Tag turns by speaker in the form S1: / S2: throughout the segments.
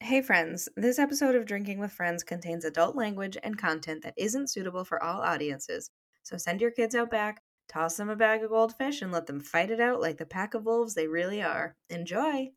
S1: Hey, friends. This episode of Drinking with Friends contains adult language and content that isn't suitable for all audiences. So send your kids out back, toss them a bag of goldfish, and let them fight it out like the pack of wolves they really are. Enjoy!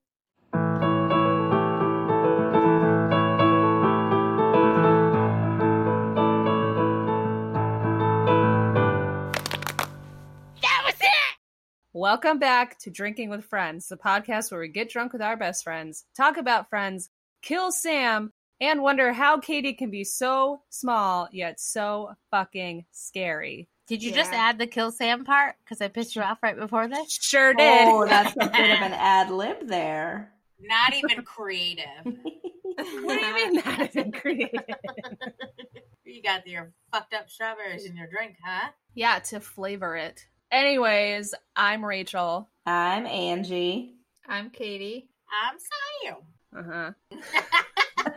S2: Welcome back to Drinking with Friends, the podcast where we get drunk with our best friends, talk about friends, kill Sam, and wonder how Katie can be so small yet so fucking scary.
S3: Did you just add the kill Sam part? Because I pissed you off right before this.
S2: Sure did.
S4: Oh, that's a bit of an ad lib there.
S5: Not even creative.
S2: what do you mean that isn't creative?
S5: You got your fucked up strawberries in your drink, huh?
S2: yeah, to flavor it. Anyways, I'm Rachel.
S4: I'm Angie.
S3: I'm Katie.
S5: I'm Sam.
S2: Uh huh.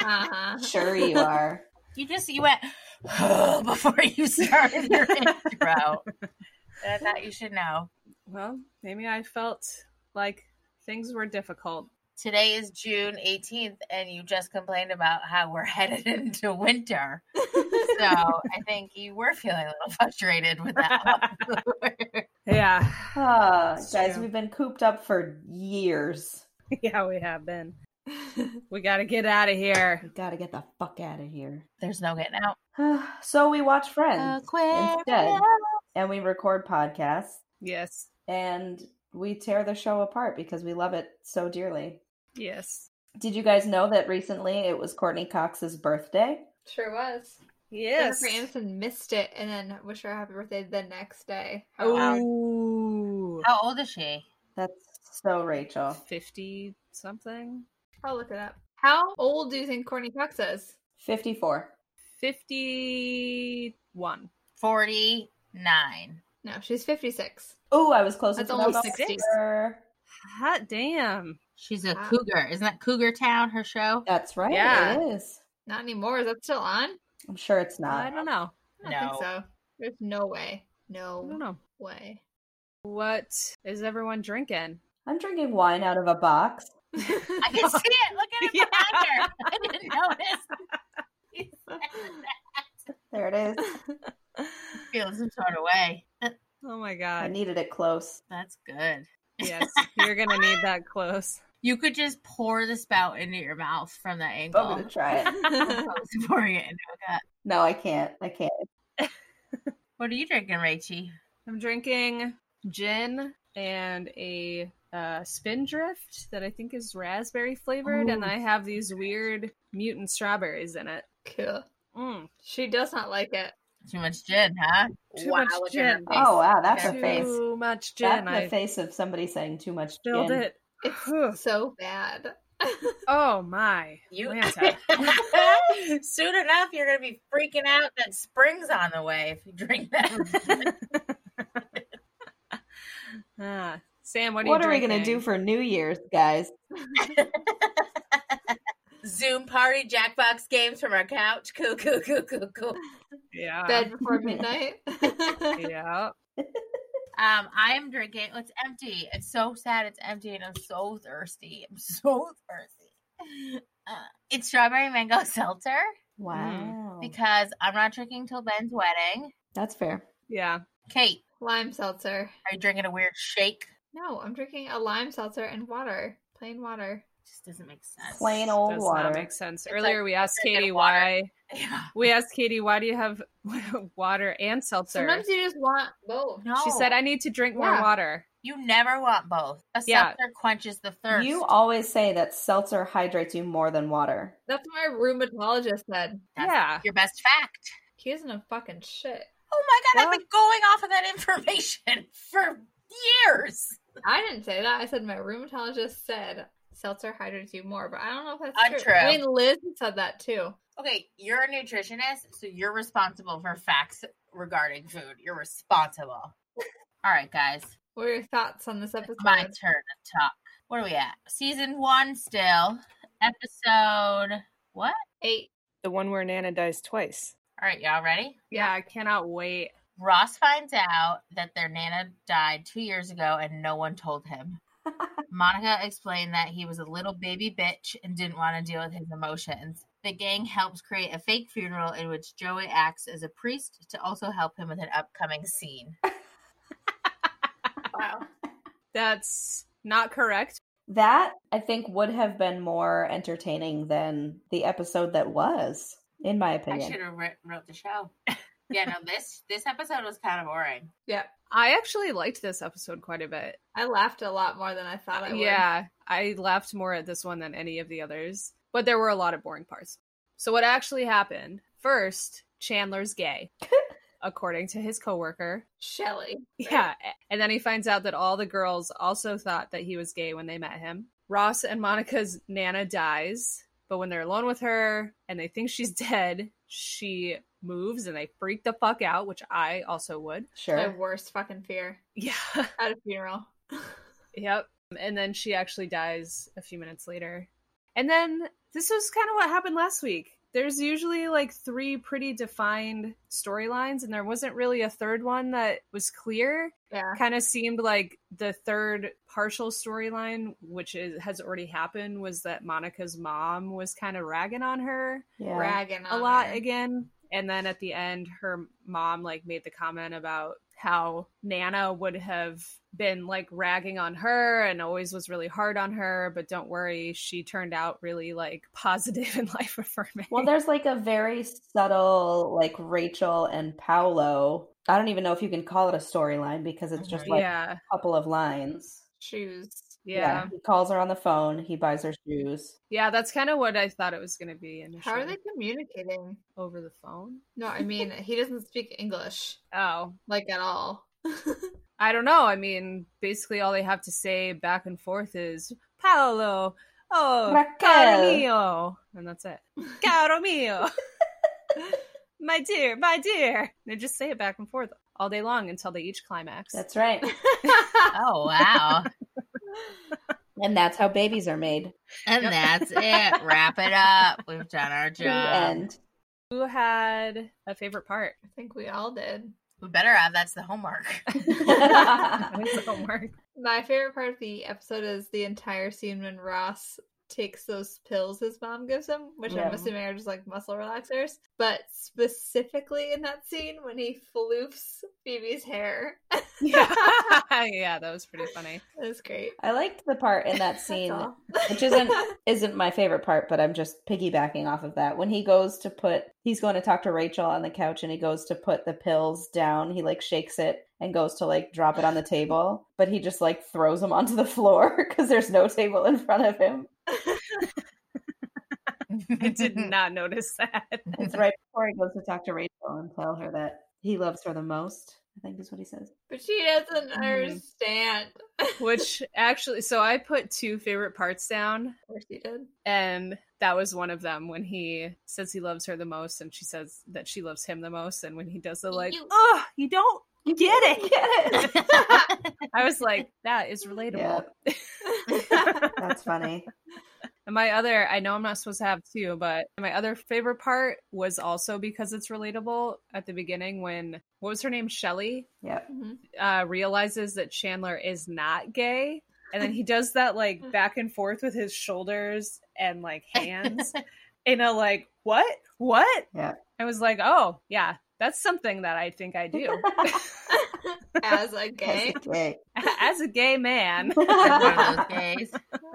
S3: Uh-huh.
S4: Sure you are.
S5: You just you went before you started your intro. I thought you should know.
S2: Well, maybe I felt like things were difficult.
S5: Today is June 18th, and you just complained about how we're headed into winter. So I think you were feeling a little frustrated with that. One.
S2: Yeah.
S4: Oh,
S2: It's
S4: guys,
S2: true.
S4: we've been cooped up for years.
S2: Yeah, we have been. We got to get out of here.
S4: We gotta get the fuck out of here.
S5: There's no getting out. Uh,
S4: so we watch
S2: Uh,
S4: Friends
S3: Aquarium.
S4: and we record podcasts
S2: Yes.
S4: and we tear the show apart because we love it so dearly.
S2: Yes.
S4: Did you guys know that recently it was Courtney Cox's birthday?
S6: Sure was.
S2: Yes.
S6: Jennifer Aniston missed it and then wished her happy birthday the next day.
S2: Oh,
S5: How old is she?
S4: That's so Rachel.
S2: 50 something?
S6: I'll look it up. How old do you think Courtney Cox is?
S4: 54.
S2: 51.
S5: 49.
S6: No, she's 56.
S4: Oh, I was closer
S6: That's
S4: to
S6: almost
S4: my
S6: 60.
S4: sister.
S2: Hot damn.
S5: She's a
S6: Wow.
S5: cougar. Isn't that Cougar Town, her show?
S4: That's right.
S2: Yeah.
S4: It is.
S6: Not anymore. Is that still on?
S4: I'm sure it's
S2: I
S4: not.
S2: don't know.
S6: I don't think so. There's no way.
S2: I don't
S6: No
S2: know.
S6: way.
S2: What is everyone drinking?
S4: I'm drinking wine out of a box.
S5: I can see it. Look at it
S2: Yeah.
S5: behind her. I didn't notice.
S4: There it is.
S5: Feeling some sort of way.
S2: Oh my
S4: I
S2: god.
S4: needed it close.
S5: That's good.
S2: Yes. You're going to need that close.
S5: You could just pour the spout into your mouth from
S2: Oh,
S5: that
S4: I'm going
S5: angle.
S4: Oh, to try it.
S5: opposed to pouring it into a cup.
S4: No, I can't. I can't.
S5: What are you drinking, Rachie?
S2: I'm drinking gin and a uh, spindrift that I think is raspberry flavored, and
S4: Ooh.
S2: I have these weird mutant strawberries in it.
S6: cool.
S2: Mm,
S6: She does not like it.
S5: Too much gin, huh?
S2: Too much
S5: look at her
S2: gin.
S5: face.
S4: Oh, wow. That's
S2: too
S4: a face.
S2: much gin.
S4: That's
S2: I
S4: the face of somebody saying too much
S2: filled
S4: gin.
S2: it. Whew.
S6: It's so bad.
S2: Oh my!
S5: You
S2: Atlanta.
S5: soon enough, you're gonna be freaking out that spring's on the way if you drink that.
S2: Ah, Sam, what are
S4: What
S2: you
S4: are we
S2: drinking?
S4: going to do for New Year's, guys?
S5: Zoom party, Jackbox games from our couch. Cool, cool, cool, cool, cool.
S2: Yeah,
S6: Bed before midnight.
S2: yeah.
S5: Um, I am drinking. It's empty. It's so sad. It's empty, and I'm so thirsty. I'm so thirsty. Uh, it's strawberry mango seltzer
S4: Wow.
S2: Oh.
S5: because I'm not drinking till Ben's wedding.
S4: That's fair.
S2: Yeah,
S5: Kate,
S6: lime seltzer.
S5: are you drinking a weird shake?
S6: No, I'm drinking a lime seltzer and water. Plain water.
S5: Just doesn't make sense.
S4: Plain
S2: does
S4: old
S2: not
S4: water.
S2: make sense.
S5: It's
S2: Earlier, we asked
S5: drinking
S2: Katie
S5: water.
S2: why.
S5: Yeah.
S2: We asked Katie why do you have water and seltzer?
S6: Sometimes you just want both.
S5: No.
S2: She said, "I need to drink more
S6: Yeah.
S2: water."
S5: you never want both. A
S2: Yeah.
S5: seltzer quenches the thirst.
S4: You always say that seltzer hydrates you more than water.
S6: That's what my rheumatologist said.
S5: That's
S2: yeah,
S5: your best fact.
S6: He doesn't know fucking shit.
S5: Oh my god,
S2: Well-
S5: I've been going off of that information for years.
S6: I didn't say that. I said my rheumatologist said seltzer hydrates you more, but I don't know if that's
S5: Untrue.
S6: true. I mean, Liz said that too.
S5: Okay, you're a nutritionist, so you're responsible for facts regarding food. You're responsible. All right, guys,
S6: What are your thoughts on this episode?
S5: my turn to talk. What are we at? Season one still. Episode what?
S6: Eight.
S2: the one where Nana dies twice.
S5: All right, y'all ready?
S2: Yeah, I cannot wait.
S5: Ross finds out that their nana died two years ago and no one told him. Monica explained that he was a little baby bitch and didn't want to deal with his emotions. The gang helps create a fake funeral in which Joey acts as a priest to also help him with an upcoming scene.
S6: Wow.
S2: That's not correct.
S4: That I think would have been more entertaining than the episode that was, in my
S5: I
S4: opinion.
S5: should have writ- wrote the show. yeah, no, this this episode was kind of boring.
S6: Yep.
S2: I actually liked this episode quite a bit.
S6: I laughed a lot more than I thought I would.
S2: Yeah, I laughed more at this one than any of the others, but there were a lot of boring parts. So what actually happened? First, Chandler's gay, according to his coworker.
S6: Shelly.
S2: Yeah, and then he finds out that all the girls also thought that he was gay when they met him. Ross and Monica's nana dies, but when they're alone with her and they think she's dead, she moves and they freak the fuck out, which I also would.
S6: My
S4: Sure.
S6: worst fucking fear
S2: Yeah.
S6: at a funeral.
S2: Yep. And then she actually dies a few minutes later. And then this was kind of what happened last week. There's usually like three pretty defined storylines, and there wasn't really a third one that was clear.
S6: Yeah.
S2: Kind of seemed like the third partial storyline, which is, has already happened, was that Monica's mom was kind of ragging on her
S4: Yeah.
S6: Ragging
S2: a
S6: on
S2: lot
S6: her.
S2: again. And then at the end, her mom like made the comment about how Nana would have been like ragging on her and always was really hard on her, but don't worry, she turned out really like positive and life affirming.
S4: Well, there's like a very subtle, like Rachel and Paolo. I don't even know if you can call it a storyline because it's just like
S2: yeah,
S4: a couple of lines.
S6: Shoes.
S2: yeah, yeah,
S4: He calls her on the phone. He buys her shoes.
S2: That's kind of what I thought it was going to be initially.
S6: How are they communicating?
S2: over the phone?
S6: No, I mean he doesn't speak English
S2: Oh,
S6: like at all.
S2: I don't know. I mean, basically, all they have to say back and forth is Paolo, oh, caro
S4: Raquel.
S2: mio, and that's it. Caro mio. my dear, my dear. They just say it back and forth all day long until they each climax.
S4: That's right.
S5: Oh wow.
S4: And that's how babies are made.
S5: and
S2: Yep.
S5: that's it. Wrap it up. We've done our
S4: The
S5: job.
S4: end.
S2: Who had a favorite part?
S6: I think we all did.
S5: We better have that's the homework.
S2: That was the homework.
S6: My favorite part of the episode is the entire scene when Ross takes those pills his mom gives him, which
S4: Yeah.
S6: I'm assuming are just like muscle relaxers. But specifically in that scene when he floofs Phoebe's hair,
S2: Yeah. yeah, that was pretty funny.
S6: it was great.
S4: I liked the part in that
S6: That's
S4: scene,
S6: all.
S4: which isn't isn't my favorite part, but I'm just piggybacking off of that. When he goes to put, he's going to talk to Rachel on the couch, and he goes to put the pills down. He like shakes it and goes to like drop it on the table, but he just like throws them onto the floor because there's no table in front of him.
S2: I did not notice that.
S4: It's right before he goes to talk to Rachel and tell her that he loves her the most. I think is what he says.
S6: But she doesn't
S4: Mm-hmm.
S2: Mm.
S6: understand.
S2: Which actually, so I put two favorite parts down.
S6: Of course she did.
S2: and that was one of them when he says he loves her the most and she says that she loves him the most and when he does the like
S6: You-
S2: oh you don't
S4: You
S2: get it
S4: Get it.
S2: i was like that is relatable
S4: That's funny.
S2: and my other i know i'm not supposed to have two but my other favorite part was also because it's relatable at the beginning when what was her name shelly
S4: Yep.
S6: Mhm.
S2: uh, realizes that Chandler is not gay. And then he does that like back and forth with his shoulders and like hands in a like, what? What?
S4: Yeah.
S2: I was like, oh, yeah, that's something that I think I do
S6: As a gay.
S4: Okay.
S2: as a gay man.
S5: One of those days.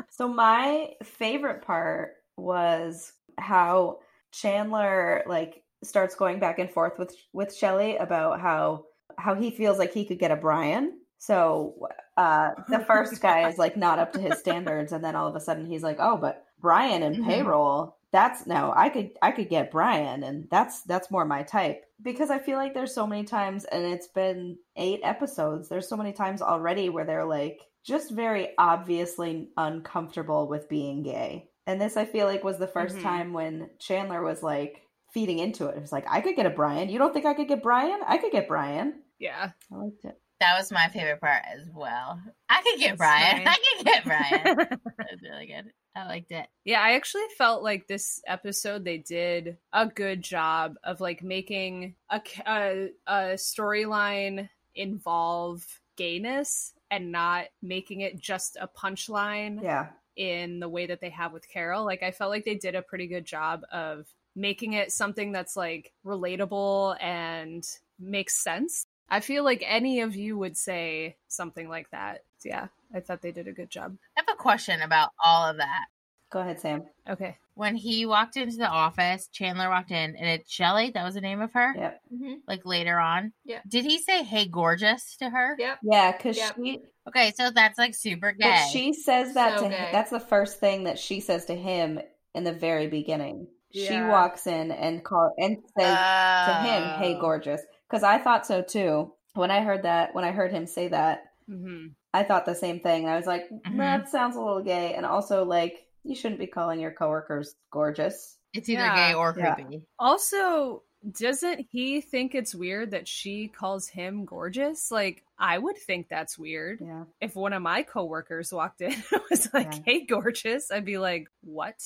S4: So my favorite part was how Chandler like starts going back and forth with with Shelley about how how he feels like he could get a Brian. So uh the first guy is like not up to his standards and then all of a sudden he's like, "Oh, but Brian and
S5: Mhm.
S4: payroll, that's no, I could I could get Brian and that's that's more my type." Because I feel like there's so many times and it's been 8 episodes, there's so many times already where they're like just very obviously uncomfortable with being gay. And this I feel like was the 1st
S2: Mhm.
S4: time when Chandler was like feeding into it. It was like, I could get a Brian. You don't think I could get Brian? I could get Brian.
S2: yeah.
S4: I liked it.
S5: That was my favorite part as well. I could get
S2: That's
S5: Brian.
S2: nice.
S5: I could get Brian. That was really good. I liked it.
S2: Yeah, I actually felt like this episode they did a good job of like making a ca- a, a storyline involve gayness and not making it just a punchline
S4: Yeah.
S2: in the way that they have with Carol. Like I felt like they did a pretty good job of making it something that's like relatable and makes sense. I feel like any of you would say something like that. Yeah, I thought they did a good job.
S5: I have a question about all of that.
S4: Go ahead, Sam.
S2: Okay.
S5: When he walked into the office, Chandler walked in, and it's Shelly. That was the name of her.
S4: Yep.
S6: Mm-hmm.
S5: Like later on.
S6: Yeah.
S5: Did he say "Hey, gorgeous" to her?
S6: Yep.
S4: Yeah, because
S6: Yep.
S4: she
S5: Okay, so that's like super gay.
S4: But she says that
S6: So
S4: to
S6: gay.
S4: him. That's the first thing that she says to him in the very beginning. She
S2: Yeah.
S4: walks in and call and says to him, "Hey,
S5: Oh.
S4: gorgeous," because I thought so too. When I heard that, when I heard him say that,
S2: hmm
S4: I thought the same thing. I was like,
S2: Mm-hmm.
S4: "That sounds a little gay," and also like, you shouldn't be calling your coworkers gorgeous.
S5: It's either
S2: Yeah.
S5: gay or
S4: Yeah.
S5: creepy.
S2: Also, doesn't he think it's weird that she calls him gorgeous? Like, I would think that's weird.
S4: Yeah,
S2: If one of my coworkers walked in and was like,
S4: Yeah.
S2: hey, gorgeous, I'd be like, what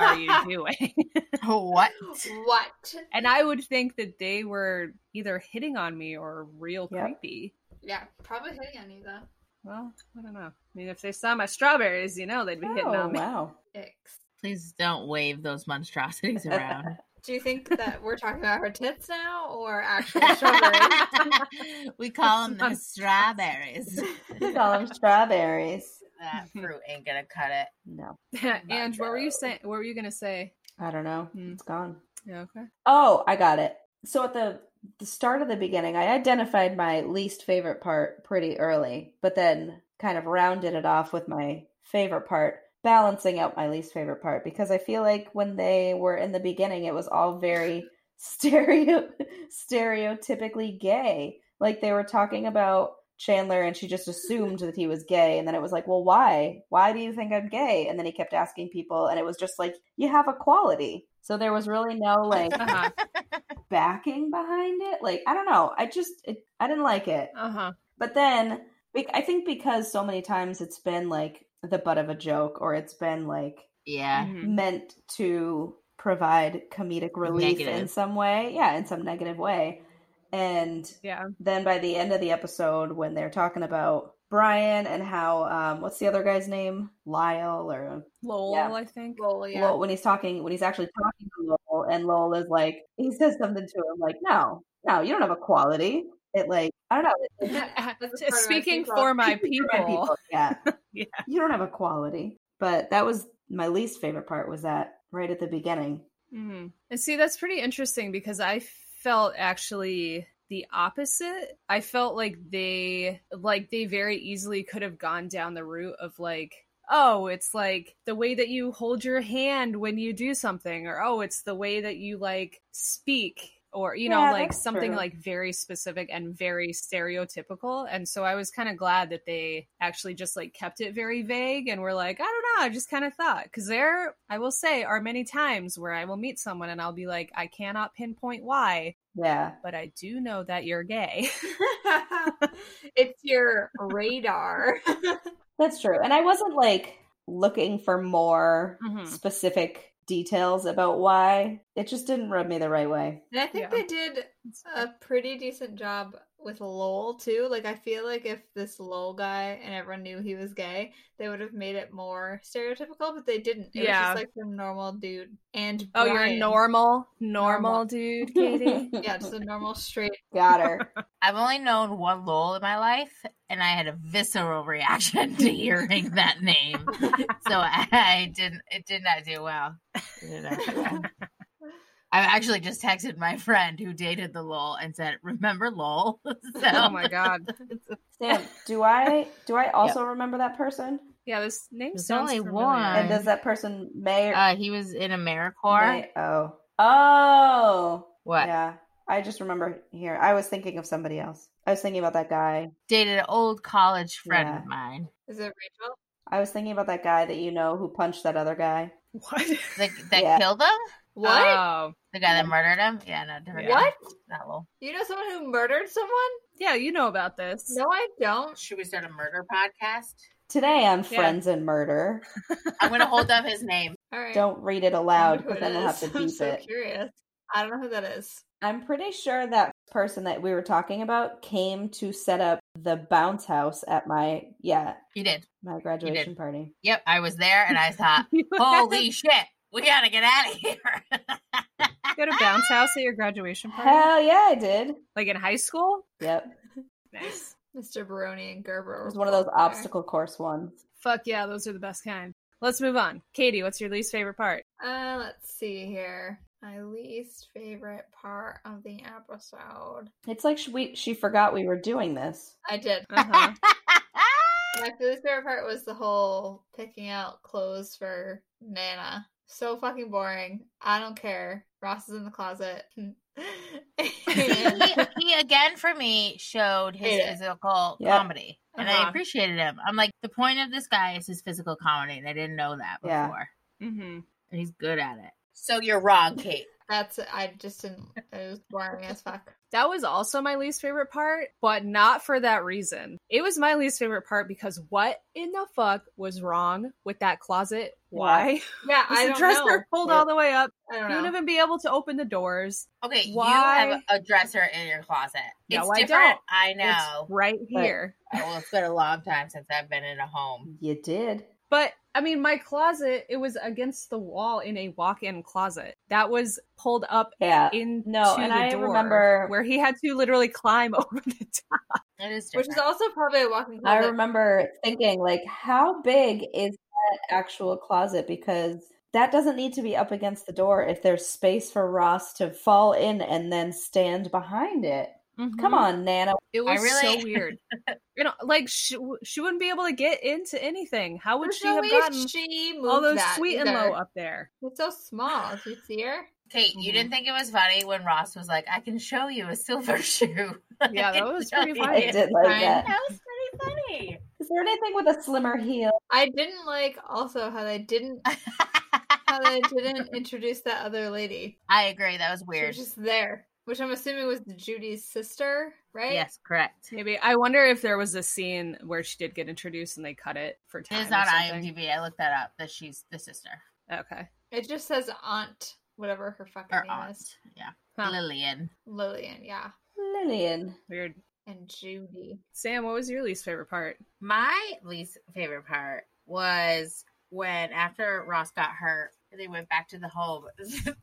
S2: are you doing?
S5: what?
S6: what?
S2: and I would think that they were either hitting on me or real
S4: Yeah.
S2: creepy.
S6: Yeah, probably hitting on you though.
S2: Well, I don't know. I mean, if they saw my strawberries, you know, they'd be hitting
S4: oh
S2: on me.
S4: wow,
S6: Icks.
S5: Please don't wave those monstrosities around.
S6: Do you think that we're talking about her tits now or actual strawberries?
S5: we call them the strawberries.
S4: you call them strawberries.
S5: that fruit ain't gonna cut it.
S4: No,
S2: and what were you
S6: Macho.
S2: saying? What were you gonna say?
S4: I don't know.
S2: Hmm.
S4: It's gone.
S2: Yeah, okay.
S4: Oh, I got it. So at the the start of the beginning, I identified my least favorite part pretty early, but then kind of rounded it off with my favorite part, balancing out my least favorite part because I feel like when they were in the beginning, it was all very stereo stereotypically gay. Like they were talking about Chandler and she just assumed that he was gay and then it was like, "Well, why? Why do you think I'm gay?" And then he kept asking people and it was just like, "You have a quality." So there was really no like
S2: Uh-huh.
S4: backing behind it. Like I don't know. I just it, I didn't like it.
S2: Uh-huh.
S4: But then be- I think because so many times it's been like the butt of a joke or it's been like
S5: Yeah.
S2: Mhm.
S4: meant to provide comedic relief in
S5: Negative.
S4: some way. Yeah, in some negative way. And
S2: Yeah.
S4: then by the end of the episode when they're talking about Brian and how um what's the other guy's name? Lyle or
S2: Lowell,
S4: Yeah.
S2: I think.
S6: Well, yeah.
S4: Lowell, when he's talking, when he's actually talking to Lowell, and Lowell is like, he says something to him like, "No, no, you don't have a quality." It like, I don't know. it- it-
S6: That's part of my
S2: Speaking
S6: people.
S2: for my
S4: for
S2: people.
S4: my people, yeah,
S2: Yeah.
S4: you don't have a quality. But that was my least favorite part was that right at the beginning.
S2: Mhm. And see, that's pretty interesting because I felt actually the opposite. I felt like they like they very easily could have gone down the route of like, oh, it's like the way that you hold your hand when you do something, or oh, it's the way that you like speak. Or you know,
S4: Yeah,
S2: like
S4: that's
S2: something
S4: true.
S2: like very specific and very stereotypical, and so I was kind of glad that they actually just like kept it very vague and were like, I don't know, I just kind of thought because there, I will say, are many times where I will meet someone and I'll be like, I cannot pinpoint why,
S4: Yeah,
S2: but I do know that you're gay.
S6: it's your radar.
S4: that's true. And I wasn't like looking for more
S6: Mm-hmm.
S2: Mhm.
S4: specific details about why. It just didn't rub me the right way.
S6: And I think
S2: Yeah.
S6: they did a pretty decent job with Lowell too. Like I feel like if this Lowell guy and everyone knew he was gay, they would have made it more stereotypical, but they didn't. It
S2: Yeah.
S6: was just like some normal dude. And
S2: oh, you're a
S6: Brian.
S2: normal, normal,
S6: Normal.
S2: dude, Katie.
S6: Yeah, just a normal straight.
S4: Got her.
S5: I've only known one Lowell in my life, and I had a visceral reaction to hearing that name. so I didn't. It did not do well. It did not do well. I actually just texted my friend who dated the Lowell and said, "Remember Lowell?" so
S2: oh my god.
S4: Sam, do I do I also remember that person?
S2: Yeah, this name
S5: There's
S2: sounds
S5: only
S2: familiar.
S5: one.
S4: And does that person may or
S5: uh, he was in AmeriCorps.
S4: may- oh oh
S5: what
S4: yeah. I just remember here. I was thinking of somebody else. I was thinking about that guy.
S5: dated an old college friend
S4: Yeah.
S5: of mine.
S6: Is it Rachel?
S4: I was thinking about that guy that you know who punched that other guy.
S2: What?
S5: The, that
S4: Yeah.
S5: killed him.
S6: What?
S2: Oh.
S5: The guy that murdered him. Yeah, no, different. guy.
S6: What?
S5: Not Lowell.
S6: You know someone who murdered someone?
S2: yeah, you know about this.
S6: No, I don't.
S5: Should we start a murder podcast?
S4: Today on
S2: Yeah.
S4: Friends and Murder.
S5: I'm gonna hold up his name.
S6: All right.
S4: Don't read it
S6: I
S4: aloud
S6: wonder who
S4: because
S6: it
S4: then we'll have
S6: is.
S4: to
S6: I'm
S4: beep
S6: so
S4: it.
S6: curious. I don't know who that is.
S4: I'm pretty sure that person that we were talking about came to set up the bounce house at my yeah
S5: He did.
S4: my graduation party.
S5: Yep, I was there and I thought, holy shit, we gotta get out of here.
S2: You had a bounce house at your graduation party?
S4: Hell yeah, I did.
S2: Like in high school?
S4: Yep,
S2: Nice.
S6: Mr. Baroni and Gerber.
S4: it
S6: were
S4: was one of those
S6: both there.
S4: obstacle course ones.
S2: Fuck yeah, those are the best kind. Let's move on. Katie, what's your least favorite part?
S6: Uh, let's see here. My least favorite part of the episode.
S4: It's like she, we, she forgot we were doing this.
S6: I did.
S2: Uh-huh.
S6: My least favorite part was the whole picking out clothes for Nana. So fucking boring. I don't care. Ross is in the closet.
S5: he,
S6: And-
S5: he again for me showed his
S6: Hate it.
S5: physical
S4: Yeah.
S5: comedy. And I
S6: Uh-huh.
S5: appreciated him. I'm like, the point of this guy is his physical comedy, and I didn't know that before.
S4: Yeah.
S2: mm-hmm.
S5: And he's good at it. So you're wrong, Kate.
S6: That's I just didn't. It was boring as fuck.
S2: That was also my least favorite part, but not for that reason. It was my least favorite part because what in the fuck was wrong with that closet? Why?
S6: Yeah,
S2: Was
S6: I
S2: the
S6: don't
S2: dresser
S6: know.
S2: pulled
S4: Yeah.
S2: all the way up.
S6: I
S2: You
S6: don't
S2: wouldn't
S6: know.
S2: even be able to open the doors.
S5: Okay, you have
S2: Why?
S5: a dresser in your closet.
S2: No,
S5: it's
S2: I
S5: different.
S2: don't.
S5: I
S2: It's
S5: know.
S2: right here.
S5: well, it's been a long time since I've been in a home.
S4: You did.
S2: But I mean, my closet, it was against the wall in a walk in closet that was pulled up
S4: Yeah.
S2: in
S4: No, and
S2: the
S4: I
S2: door,
S4: remember-
S2: where he had to literally climb over the top.
S5: It is
S6: Which
S5: different.
S6: is also probably a walking
S4: I
S6: closet.
S4: remember thinking, like, how big is that actual closet? Because that doesn't need to be up against the door if there's space for Ross to fall in and then stand behind it.
S6: Mm-hmm.
S4: Come on, Nana.
S2: It
S5: I
S2: was
S5: really-
S2: so weird. You know, like she, she wouldn't be able to get into anything. How would
S6: There's
S2: she
S6: no
S2: have
S6: way
S2: gotten
S6: she moved
S2: all those
S6: that
S2: sweet and
S6: either.
S2: low up there?
S6: It's so small. Did you see her?
S5: Kate,
S2: Mm-hmm.
S5: you didn't think it was funny when Ross was like, I can show you a silver shoe.
S2: Yeah,
S5: I can
S2: that was
S5: show
S2: pretty
S5: you.
S2: funny.
S4: I did like
S6: Fine.
S4: that.
S5: That was pretty
S4: Is there anything with a slimmer heel?
S6: I didn't like also how they didn't how
S5: funny.
S6: they didn't introduce that other lady.
S5: I agree. That was
S6: She
S5: weird.
S6: was just there, which I'm assuming was Judy's sister, right?
S5: Yes, correct. It
S2: Maybe I wonder if there was a scene where she did get introduced and they cut it for time.
S5: is
S2: or
S5: on
S2: something.
S5: IMDb. I looked that up. That she's the sister
S2: Okay,
S6: It just says aunt, whatever her fucking
S5: or
S6: name
S5: aunt.
S6: is,
S5: Yeah,
S2: Huh.
S5: Lillian.
S6: Lillian. Yeah,
S4: Lillian.
S2: weird.
S6: and Judy.
S2: Sam, what was your least favorite part?
S5: My least favorite part was when after Ross got hurt, they went back to the home where-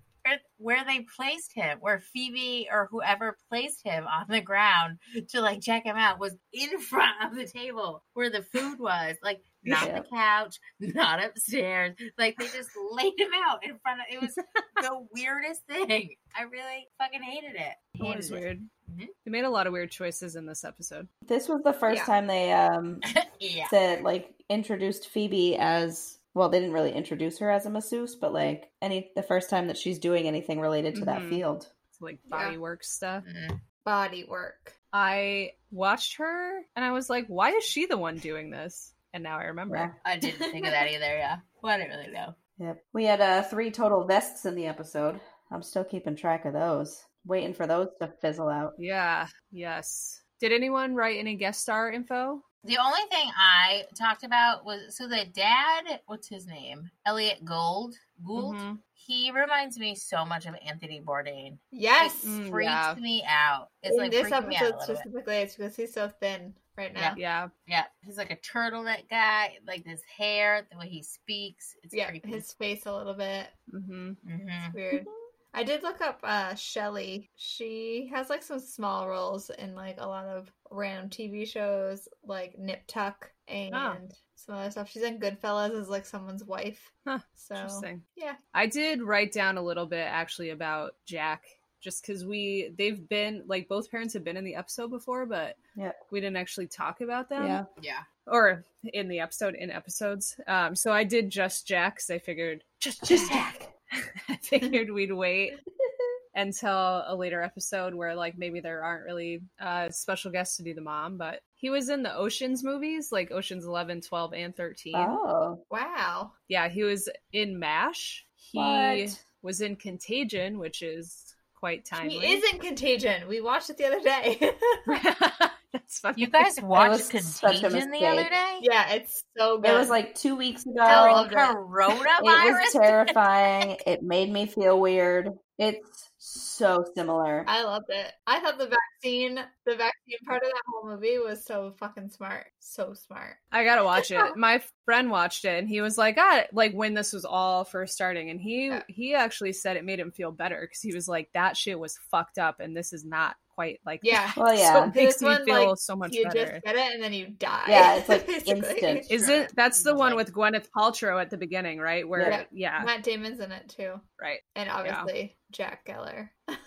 S5: where they placed him, where Phoebe or whoever placed him on the ground to like check him out was in front of the table where the food was. Like not the couch, not upstairs. Like they just laid him out in front of it was the weirdest thing. I really fucking hated it.
S2: It was
S5: Hated
S2: weird.
S6: Mm-hmm.
S5: Mhm.
S2: They made a lot of weird choices in this episode.
S4: This was the first
S6: Yeah.
S4: time they um
S5: Yeah.
S4: said like introduced Phoebe as well, they didn't really introduce her as a masseuse, but like any the first time that she's doing anything related to that
S2: Mhm.
S4: field.
S2: It's like
S6: Yeah.
S2: body work stuff.
S5: Mm.
S6: Body work.
S2: I watched her and I was like, why is she the one doing this? And now I remember.
S4: Yeah.
S5: I didn't think of that either. Yeah. Well, I didn't really know.
S4: Yep. We had uh, three total vests in the episode. I'm still keeping track of those. Waiting for those to fizzle out.
S2: Yeah. Yes. Did anyone write any guest star info?
S5: The only thing I talked about was so the dad, what's his name? Elliot Gold. Gould.
S2: Mhm.
S5: He reminds me so much of Anthony Bourdain.
S6: Yes.
S5: It
S2: Mm,
S5: freaks
S2: yeah.
S5: me out. It's
S6: In
S5: like
S6: this
S5: freaking me out a
S6: episode
S5: little bit.
S6: specifically, it's because he's so thin right
S5: Yeah.
S6: now.
S2: Yeah.
S5: Yeah, he's like a turtleneck guy. Like his hair, the way he speaks, it's
S6: Yeah,
S5: creepy.
S6: his face a little bit.
S2: hmm
S5: hmm
S6: It's weird. I did look up uh Shelly. She has like some small roles in like a lot of random TV shows like Nip Tuck
S2: Oh.
S6: and some other stuff. She's in Goodfellas as like someone's wife.
S2: Huh,
S6: So
S2: Interesting.
S6: yeah.
S2: I did write down a little bit actually about Jack, just because we they've been like both parents have been in the episode before, but
S4: Yep.
S2: we didn't actually talk about them.
S4: Yeah.
S5: Yeah.
S2: Or in the episode in episodes. Um, so I did just Jack because I figured just
S4: Just Jack.
S2: I figured we'd wait until a later episode where like maybe there aren't really uh special guests to do the mom, but he was in the Oceans movies, like Oceans 11, 12 and 13.
S4: Oh.
S6: Wow.
S2: Yeah, he was in MASH. He
S4: What?
S2: was in Contagion, which is quite timely.
S6: He is in Contagion. We watched it the other day.
S2: That's funny.
S5: You guys watched
S4: was such a
S5: Contagion the other
S4: mistake.
S5: day?
S6: yeah, it's so good.
S4: It was like two weeks ago.
S5: Oh,
S4: it was
S5: coronavirus.
S4: terrifying. it made me feel weird. It's so similar.
S6: I loved it. I thought the vaccine, the vaccine part of that whole movie was so fucking smart. So smart.
S2: I gotta watch it. My friend watched it and he was like, "God, like when this was all first starting," and he
S6: Yeah.
S2: he actually said it made him feel better because he was like, "That shit was fucked up, and this is not quite like
S6: Yeah.
S2: that." so
S4: Well, yeah.
S2: it makes
S6: This
S2: me
S6: one,
S2: feel
S6: like,
S2: so much
S6: you
S2: better.
S6: just get it and then you die.
S4: Yeah, it's, like,
S6: basically.
S4: instant.
S2: Isn't
S5: Sure.
S2: that's the one
S5: Like-
S2: with Gwyneth Paltrow at the beginning, right? Where
S6: Yeah.
S2: yeah,
S6: Matt Damon's in it too,
S2: right.
S6: and obviously Jack Geller.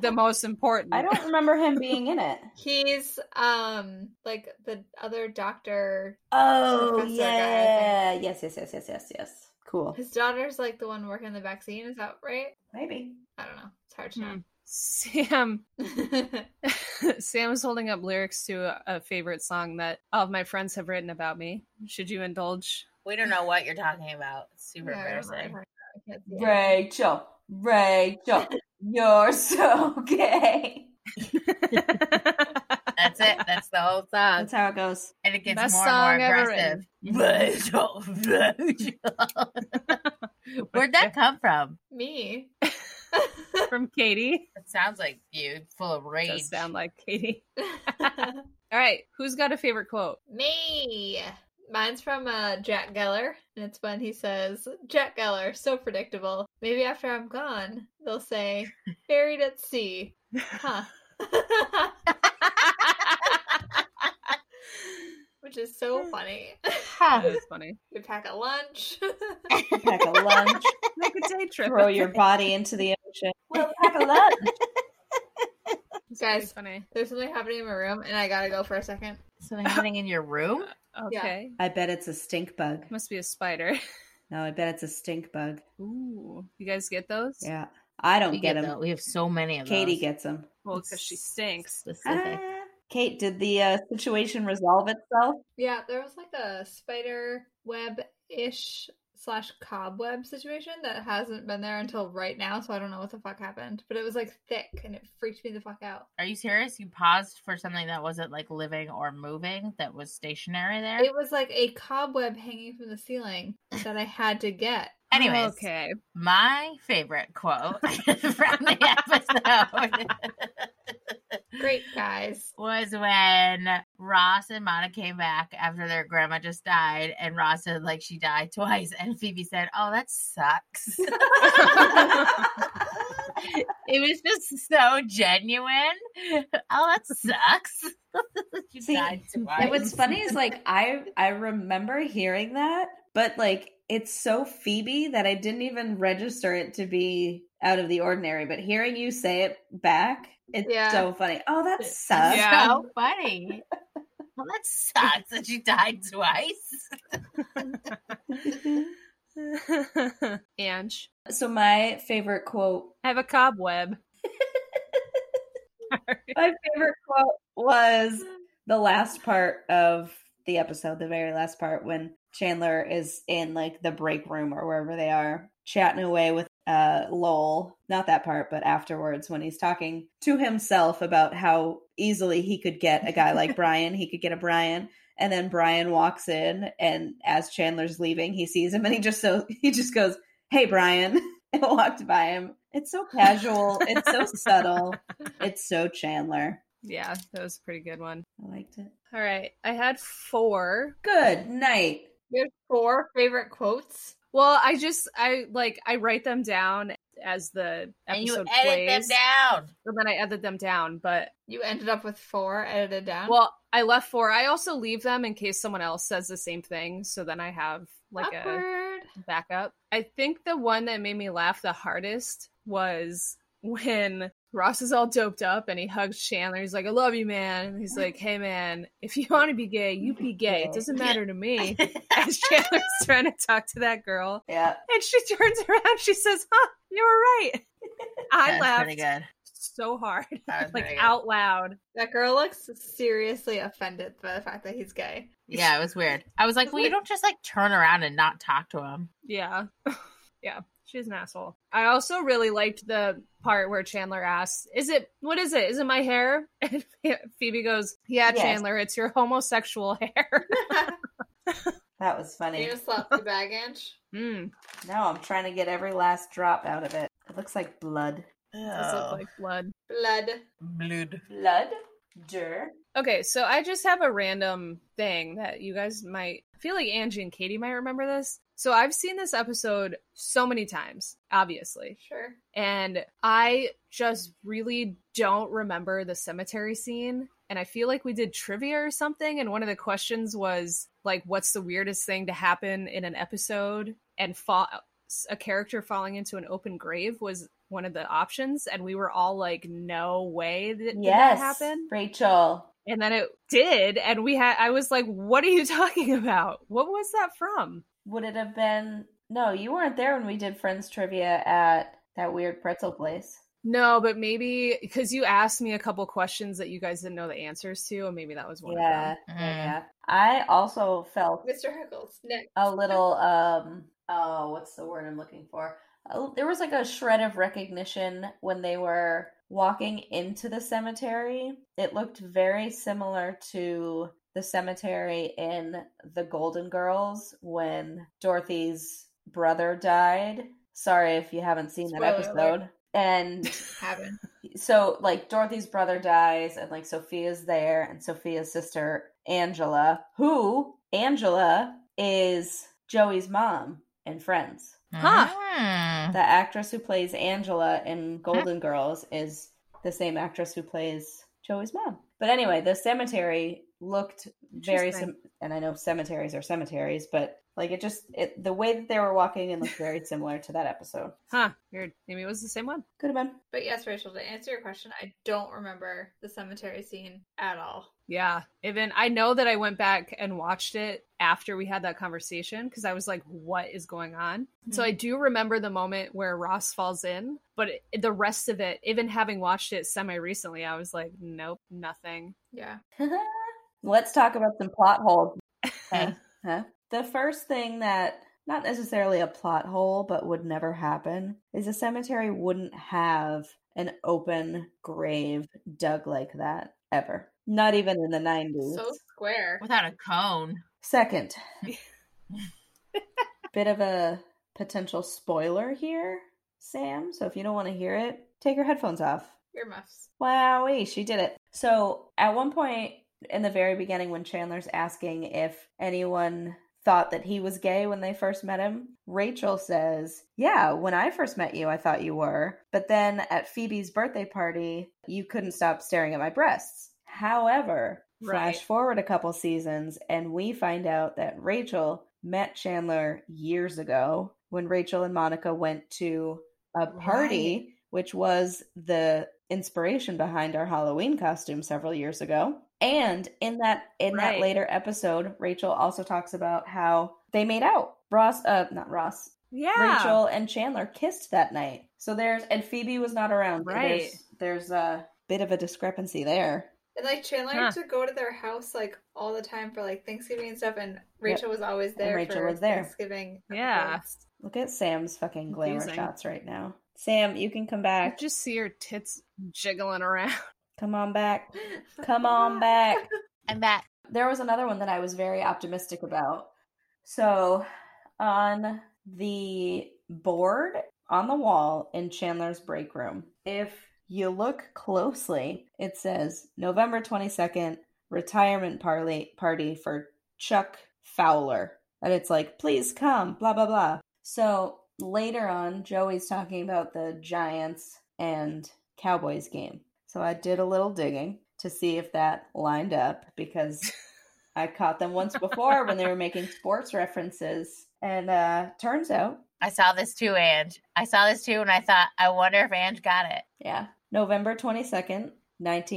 S2: The most important.
S4: I don't remember him being in it.
S6: He's um like the other doctor.
S4: Oh
S6: Professor guy, I
S4: yeah, yes, yes, yes, yes, yes, yes. Cool.
S6: His daughter's like the one working the vaccine. Is that right?
S4: Maybe.
S6: I don't know. It's hard to know.
S2: Sam Sam is holding up lyrics to a, a favorite song that all of my friends have written about me. Should you indulge?
S5: We don't know what you're talking about. It's super
S6: Yeah, I don't know. I
S5: embarrassing.
S6: can't see it.
S4: Rachel, Rachel, you're so gay.
S5: That's it. That's the whole song.
S4: That's how it goes.
S5: And it gets
S2: Best
S5: more and
S2: song
S5: more
S2: ever
S5: aggressive.
S2: written.
S5: Rachel, Rachel. Where'd that come from?
S6: Me.
S2: From Katie.
S5: It sounds like you, full of rage.
S2: Does sound like Katie. All right, who's got a favorite quote?
S6: Me. Mine's from uh, Jack Geller, and it's when he says, Jack Geller, so predictable. Maybe after I'm gone, they'll say, buried at sea. Huh. Which is so funny.
S2: That
S5: Huh.
S2: is funny.
S6: you pack a lunch.
S4: Pack a lunch,
S2: Make a day trip.
S4: throw your body into the ocean. Well, pack a lunch.
S2: It's pretty
S6: Guys.
S2: funny.
S6: There's something happening in my room, and I gotta go for a second.
S5: Something happening in your room?
S2: Okay.
S4: I bet it's a stink bug.
S2: Must be a spider.
S4: No, I bet it's a stink bug.
S2: Ooh. You guys get those?
S4: Yeah, I don't
S5: We,
S4: get
S5: get
S4: them.
S5: tho- we have so many of
S4: Katie
S5: those.
S4: gets them.
S2: Well, because she stinks.
S5: Specific.
S4: Kate, did the uh, situation resolve itself?
S6: Yeah, there was like a spider web ish slash cobweb situation that hasn't been there until right now, so I don't know what the fuck happened. But it was like thick and it freaked me the fuck out.
S5: Are you serious? You paused for something that wasn't like living or moving, that was stationary there?
S6: It was like a cobweb hanging from the ceiling that I had to get.
S5: Anyways,
S2: oh, Okay.
S5: my favorite quote from the episode
S6: Great guys.
S5: was when Ross and Mona came back after their grandma just died, and Ross said, like, she died twice. And Phoebe said, Oh, that sucks. it was just so genuine. Oh, that sucks. she
S4: See,
S5: died twice.
S4: And what's funny is like I I remember hearing that, but like it's so Phoebe that I didn't even register it to be out of the ordinary. But hearing you say it back, it's
S6: Yeah.
S4: so funny. Oh, that sucks.
S2: Yeah.
S5: so funny. Well, that sucks that she died twice.
S2: Ange.
S4: So my favorite quote
S2: I have a cobweb.
S4: my favorite quote was the last part of the episode, the very last part when Chandler is in like the break room or wherever they are, chatting away with uh Lowell. Not that part, but afterwards when he's talking to himself about how easily he could get a guy like Brian, he could get a Brian. And then Brian walks in and as Chandler's leaving, he sees him and he just so he just goes, Hey Brian and walked by him. It's so casual. It's so subtle. It's so Chandler.
S2: Yeah, that was a pretty good one.
S4: I liked it.
S2: All right. I had four.
S4: Good night.
S6: You have four favorite quotes.
S2: Well, I just I like I write them down as the episode
S5: And you edit
S2: plays.
S5: them down.
S2: And then I edit them down, but
S6: You ended up with four edited down.
S2: well, I left four. I also leave them in case someone else says the same thing, so then I have like a
S6: awkward.
S2: back up. I think the one that made me laugh the hardest was when Ross is all doped up and he hugs Chandler. He's like, I love you, man. And he's like, hey, man, if you want to be gay, you be gay. It doesn't matter to me. As Chandler's trying to talk to that girl.
S4: Yeah.
S2: And she turns around. She says, huh, you were right. I
S5: That's pretty
S2: laughed
S5: good.
S2: so hard,
S5: That was
S2: like
S5: pretty good.
S2: out loud.
S6: That girl looks seriously offended by the fact that he's gay.
S5: Yeah, it was weird. I was like, well, you don't just like turn around and not talk to him.
S2: Yeah. yeah. She's an asshole. I also really liked the part where Chandler asks, Is it, what is it? Is it my hair? And Phoebe goes, Yeah,
S4: Yes.
S2: Chandler, it's your homosexual hair.
S4: That was funny.
S6: you just slapped the bag inch.
S2: mm.
S4: Now I'm trying to get every last drop out of it. It looks like blood.
S2: Does
S5: Oh.
S2: look
S4: Oh,
S2: like blood.
S6: Blood.
S5: blood.
S4: Blood. Der.
S2: Okay, so I just have a random thing that you guys might I feel like Angie and Katie might remember this. So I've seen this episode so many times, obviously.
S6: Sure.
S2: And I just really don't remember the cemetery scene. And I feel like we did trivia or something. And one of the questions was like, what's the weirdest thing to happen in an episode? And fall a character falling into an open grave was one of the options. And we were all like, no way that, did that
S4: Yes.
S2: happened.
S4: Rachel.
S2: And then it did. And we had, I was like, what are you talking about? What was that from?
S4: Would it have been? No, you weren't there when we did Friends trivia at that weird pretzel place.
S2: No, but maybe because you asked me a couple questions that you guys didn't know the answers to, and maybe that was one
S4: Yeah,
S2: of
S4: yeah,
S5: Mm.
S4: yeah. I also felt
S6: Mr. Heckles. Next.
S4: a little. um Oh, what's the word I'm looking for? Uh, There was like a shred of recognition when they were walking into the cemetery. It looked very similar to the cemetery in The Golden Girls when Dorothy's brother died. Sorry if you haven't seen that
S6: Spoiler
S4: episode.
S6: alert.
S4: And
S6: Haven't.
S4: so like Dorothy's brother dies and like Sophia's there and Sophia's sister Angela, who Angela is Joey's mom in Friends.
S2: Huh.
S5: Mm.
S4: The actress who plays Angela in Golden Girls is the same actress who plays Joey's mom. But anyway, the cemetery looked very sim-
S2: Interesting.
S4: and I know cemeteries are cemeteries, but like it just it, the way that they were walking in looked very similar to that episode.
S2: Huh. Weird. Maybe it was the same one.
S4: Could have been.
S6: But yes, Rachel, to answer your question, I don't remember the cemetery scene at all.
S2: Yeah. Even I know that I went back and watched it after we had that conversation because I was like, what is going on? So I do remember the moment where Ross falls in, but it, the rest of it, even having watched it semi recently, I was like, nope, nothing.
S6: Yeah.
S4: Let's talk about some plot holes. Huh? Huh? The first thing that, not necessarily a plot hole, but would never happen, is a cemetery wouldn't have an open grave dug like that ever. Not even in the 90s.
S6: So square.
S5: Without a cone.
S4: Second, bit of a potential spoiler here, Sam. So if you don't want to hear it, take your headphones off.
S6: Earmuffs.
S4: Wowie, she did it. So at one point in the very beginning, when Chandler's asking if anyone thought that he was gay when they first met him, Rachel says, Yeah, when I first met you, I thought you were. But then at Phoebe's birthday party, you couldn't stop staring at my breasts. However,
S2: Right.
S4: flash forward a couple seasons, and we find out that Rachel met Chandler years ago when Rachel and Monica went to a party, which was the inspiration behind our Halloween costume several years ago. And in that in that
S2: Right.
S4: later episode, Rachel also talks about how they made out. Ross, uh, not Ross.
S2: Yeah.
S4: Rachel and Chandler kissed that night. So there's and Phoebe was not around.
S2: Right.
S4: There's, there's a bit of a discrepancy there.
S6: And like Chandler
S2: Huh.
S6: used to go to their house like all the time for like Thanksgiving and stuff, and Rachel was always there.
S4: Rachel
S6: for
S4: was there.
S6: Thanksgiving.
S2: Yeah.
S6: episodes.
S4: Look at Sam's fucking glamour
S2: Confusing.
S4: shots right now. Sam, you can come
S2: I
S4: back.
S2: just see her tits jiggling around.
S4: Come on back. Come on back.
S5: I'm back.
S4: there was another one that I was very optimistic about. So, on the board on the wall in Chandler's break room, if you look closely, it says November 22nd, retirement parley party for Chuck Fowler. And it's like, please come, blah, blah, blah. So, later on, Joey's talking about the Giants and Cowboys game. So, I did a little digging to see if that lined up because I caught them once before when they were making sports references. And uh turns out,
S5: I saw this too, Ange. I saw this too, and I thought, I wonder if Ange got it.
S4: yeah, November 22nd,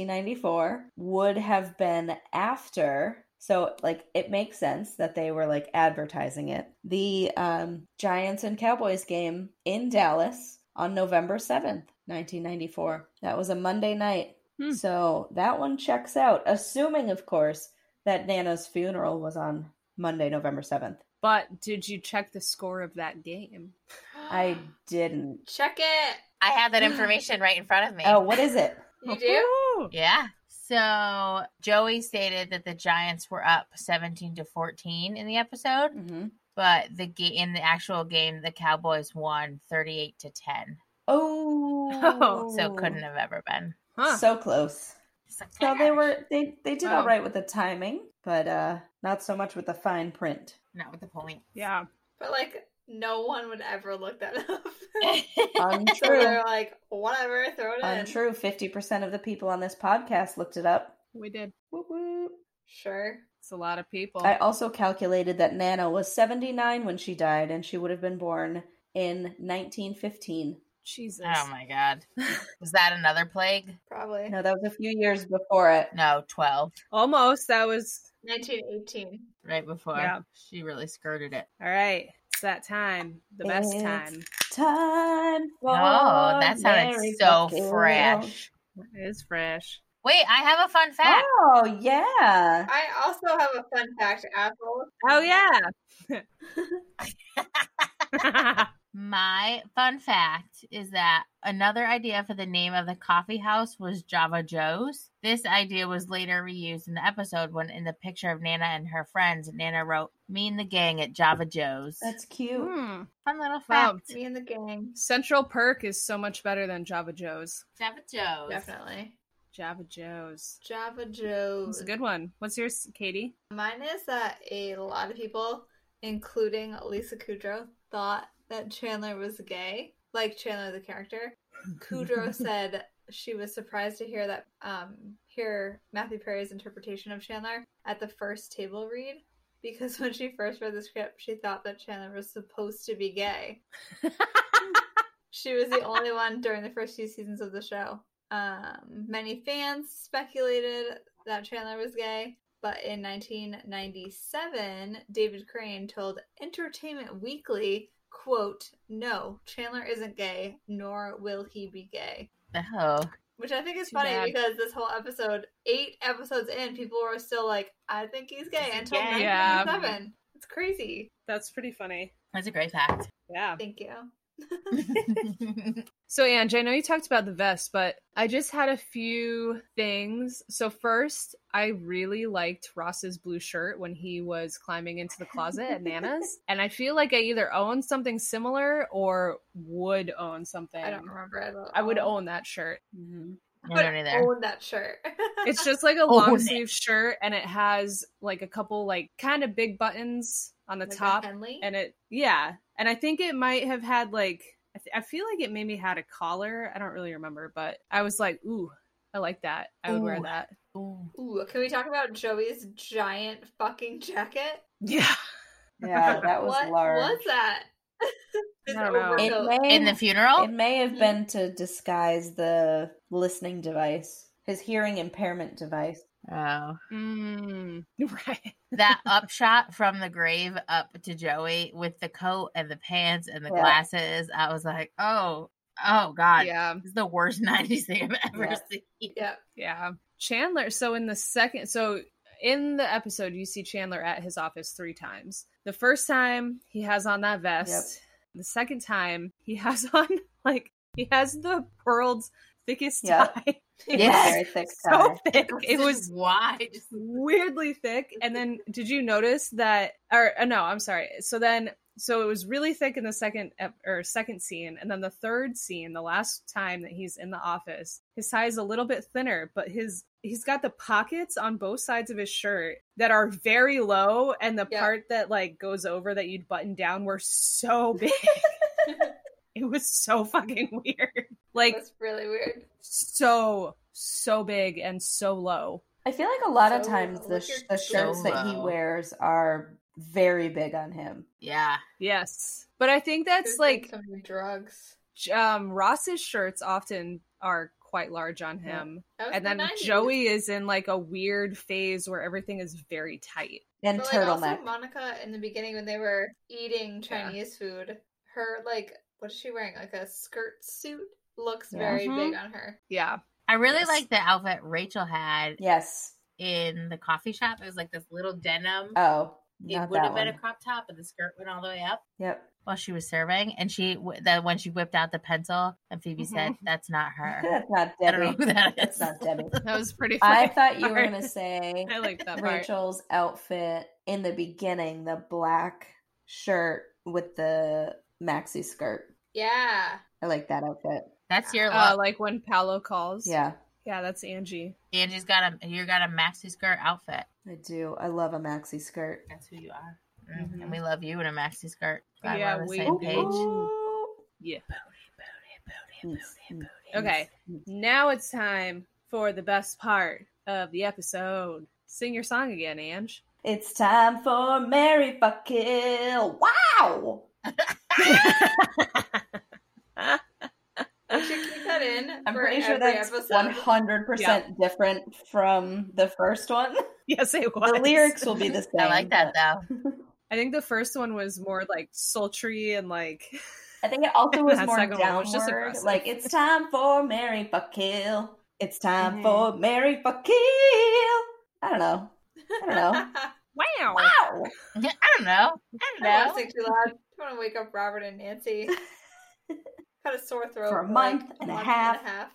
S4: 1994 would have been after so like it makes sense that they were like advertising it. The um Giants and Cowboys game in Dallas on November 7th, 1994. That was a Monday night.
S2: Hmm.
S4: So that one checks out, assuming of course that Nana's funeral was on Monday, November 7th.
S2: But did you check the score of that game?
S4: I didn't
S6: check it.
S5: I have that information right in front of me.
S4: Oh, what is it?
S6: You do?
S2: Woo!
S5: Yeah. So Joey stated that the Giants were up 17 to 14 in the episode,
S4: Mm-hmm.
S5: but the ga- in the actual game, the Cowboys won 38 to 10.
S4: Oh,
S2: Oh,
S5: So couldn't have ever been.
S2: Huh.
S4: So close.
S5: It's like,
S4: So
S5: my
S4: they
S5: gosh.
S4: were they they did
S2: Wow.
S4: all right with the timing, but uh not so much with the fine print.
S5: not with the point.
S2: yeah.
S6: But like no one would ever look that up. so
S4: Untrue.
S6: they're like, whatever, throw it in.
S4: Untrue. Fifty percent of the people on this podcast looked it up.
S2: We did.
S4: Whoop, whoop.
S6: Sure.
S2: It's a lot of people.
S4: I also calculated that Nana was seventy nine when she died, and she would have been born in nineteen fifteen.
S2: Jesus.
S5: Oh my god. Was that another plague?
S6: Probably.
S4: No, that was a few years before it.
S5: No, 12.
S2: Almost. That was
S6: 1918.
S5: Right before.
S2: Yeah.
S5: She really skirted it.
S2: all right. It's that time. The best
S4: It's-
S2: time.
S4: Time. for
S5: Oh, that sounded
S4: Mary
S5: so
S4: fucking
S5: fresh.
S2: It is fresh.
S5: Wait, I have a fun
S4: Rose.
S5: fact.
S4: Oh yeah.
S6: I also have a fun fact, Apple.
S2: Oh yeah.
S5: My fun fact is that another idea for the name of the coffee house was Java Joe's. This idea was later reused in the episode when, in the picture of Nana and her friends, Nana wrote, Me and the gang at Java Joe's.
S4: That's cute.
S2: Hmm.
S5: fun little fact.
S2: Wow.
S6: Me and the gang.
S2: Central Perk is so much better than Java Joe's.
S5: Java Joe's.
S6: Definitely.
S2: Java Joe's.
S6: Java
S2: That's
S6: Joe's.
S2: a good one. What's yours, Katie?
S6: Mine is that a lot of people, including Lisa Kudrow, thought that Chandler was gay, like Chandler the character. Kudrow said she was surprised to hear that um hear Matthew Perry's interpretation of Chandler at the first table read because when she first read the script, she thought that Chandler was supposed to be gay. She was the only one during the first few seasons of the show. Um, many fans speculated that Chandler was gay, but in 1997, David Crane told Entertainment Weekly, "quote No, Chandler isn't gay, nor will he be gay."
S5: oh.
S6: Which I think is
S2: Too
S6: funny
S2: bad.
S6: because this whole episode, eight episodes in, people were still like, "I think he's gay," until
S5: gay?
S6: 1997. It's crazy.
S2: That's pretty funny.
S5: That's a great fact.
S2: Yeah.
S6: Thank you.
S2: So, Ange, I know you talked about the vest, but I just had a few things. So, first, I really liked Ross's blue shirt when he was climbing into the closet at Nana's. And I feel like I either own something similar or would own something.
S6: I don't remember. at all.
S2: I would own that shirt.
S4: Mm-hmm.
S5: I don't either.
S6: own that shirt.
S2: It's just like a
S5: Own
S2: long
S5: it.
S2: sleeve shirt and it has like a couple, like kind of big buttons on the
S6: Like a
S2: top.
S6: Henley?
S2: and it yeah and i think it might have had like I, th- I feel like it maybe had a collar i don't really remember but i was like ooh i like that i would wear
S5: Ooh.
S2: that
S5: Ooh.
S6: Ooh, can we talk about Joey's giant fucking jacket?
S2: yeah
S4: Yeah, that was
S6: what
S4: large.
S6: was that? His
S2: I don't know.
S6: overcoat.
S4: It may,
S5: In the funeral?
S4: it may have been to disguise the listening device, his hearing impairment device.
S5: oh.
S2: mm, right
S5: that upshot from the grave up to Joey with the coat and the pants and the
S4: Yeah.
S5: glasses, I was like, oh, oh God.
S2: yeah
S5: This is the worst 90s thing I've ever
S4: Yeah.
S5: seen.
S6: yeah.
S2: yeah chandler so in the second so in the episode you see chandler at his office three times the first time he has on that vest the second time he has on like he has the world's thickest
S4: Yep.
S2: tie It
S5: Yes.
S4: Very thick
S2: was
S4: tie.
S2: so thick it was
S5: wide. Just
S2: weirdly thick. And then did you notice that? Or uh, no, I'm sorry. So then, so it was really thick in the second ep- or second scene, and then the third scene, the last time that he's in the office, his tie is a little bit thinner, but his he's got the pockets on both sides of his shirt that are very low, and the
S6: Yeah.
S2: part that like goes over that you'd button down were so big. it was so fucking weird. Like
S6: That's really weird.
S2: so so big and so low.
S4: I feel like a lot of
S6: So
S4: times the,
S6: look
S4: sh-
S6: at
S4: the shirts that he
S5: Solo.
S4: wears are very big on him.
S5: yeah.
S2: Yes. But I think that's
S6: Who's
S2: like
S6: doing some drugs.
S2: J- um Ross's shirts often are quite large on him.
S6: That was
S2: And
S6: the
S2: then
S6: 90s.
S2: Joey is in like a weird phase where everything is very tight.
S4: And
S6: But like also
S4: turtleneck.
S6: Monica in the beginning when they were eating Chinese food, her like what is she wearing? Like a skirt suit looks
S4: Yeah.
S6: very
S2: Mhm.
S6: big on her.
S2: Yeah.
S5: I really
S2: Yes.
S5: like the outfit Rachel had
S4: yes.
S5: in the coffee shop. It was like this little denim.
S4: Oh,
S5: it
S4: not
S5: would
S4: that
S5: have been
S4: one.
S5: a crop top, but the skirt went all the way up.
S4: Yep.
S5: While she was serving, and she w- that when she whipped out the pencil, and Phoebe said, "That's not her."
S4: That's not
S5: I don't know
S4: Debbie.
S5: who that is.
S4: That's not Debbie.
S2: That was pretty funny.
S4: I thought you were
S2: part.
S4: going to say
S2: I like that part.
S4: Rachel's outfit in the beginning, the black shirt with the maxi skirt.
S6: Yeah.
S4: I like that outfit.
S5: That's your
S2: Uh,
S5: look.
S2: like when Paolo calls.
S4: Yeah,
S2: Yeah, that's Angie.
S5: Angie's got a you got a maxi skirt outfit.
S4: I do. I love a maxi skirt.
S5: That's who you are, Mm, and we love you in a maxi skirt. Glad
S2: Yeah,
S5: we're on the
S2: we
S5: same
S2: do.
S5: page.
S2: Yeah.
S4: Mm, mm,
S2: Okay.
S4: mm.
S2: Now it's time for the best part of the episode. Sing your song again, Ange.
S4: It's time for Mary Fuck Kill. Wow.
S6: We should keep that in.
S4: I'm
S6: for
S4: pretty sure
S6: every
S4: that's
S6: episode.
S4: 100% different from the first one.
S2: Yes, it was.
S4: The lyrics will be the same.
S5: I like that though.
S2: I think the first one was more like sultry and like
S4: I think it also was
S2: That
S4: more
S2: second one was just
S4: downward.
S2: aggressive.
S4: Like it's time for Mary fuck kill. It's time
S6: Mm-hmm.
S2: Mhm.
S4: for Mary fuck kill. I don't know. I don't know.
S2: wow.
S4: Wow.
S5: Yeah, I don't know.
S6: I don't
S5: I
S6: want to sing too loud. I want to wake up Robert and Nancy. Got a sore throat
S4: For a
S6: like,
S4: month and a half.
S6: And a half.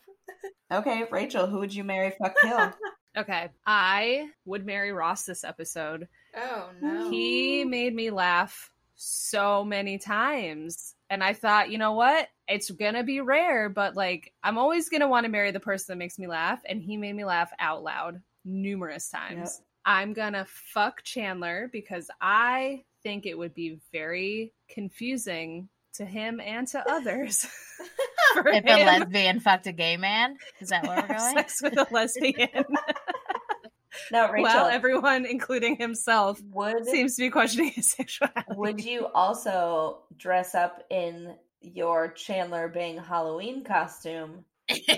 S4: Okay, Rachel, who would you marry fuck kill?
S2: Okay, I would marry Ross this episode.
S6: Oh no.
S2: He made me laugh so many times. And I thought, you know what? It's going to be rare, but like, I'm always going to want to marry the person that makes me laugh. And he made me laugh out loud numerous times. I'm going to fuck Chandler because I think it would be very confusing to him and to others. for
S5: If a
S2: him
S5: lesbian fucked a gay man, is that
S2: to
S5: where we're
S2: have
S5: going?
S2: sex with a lesbian.
S4: No, Rachel.
S2: Well, everyone, including himself,
S4: would
S2: seems to be questioning his sexuality.
S4: would you also dress up in your Chandler Bing Halloween costume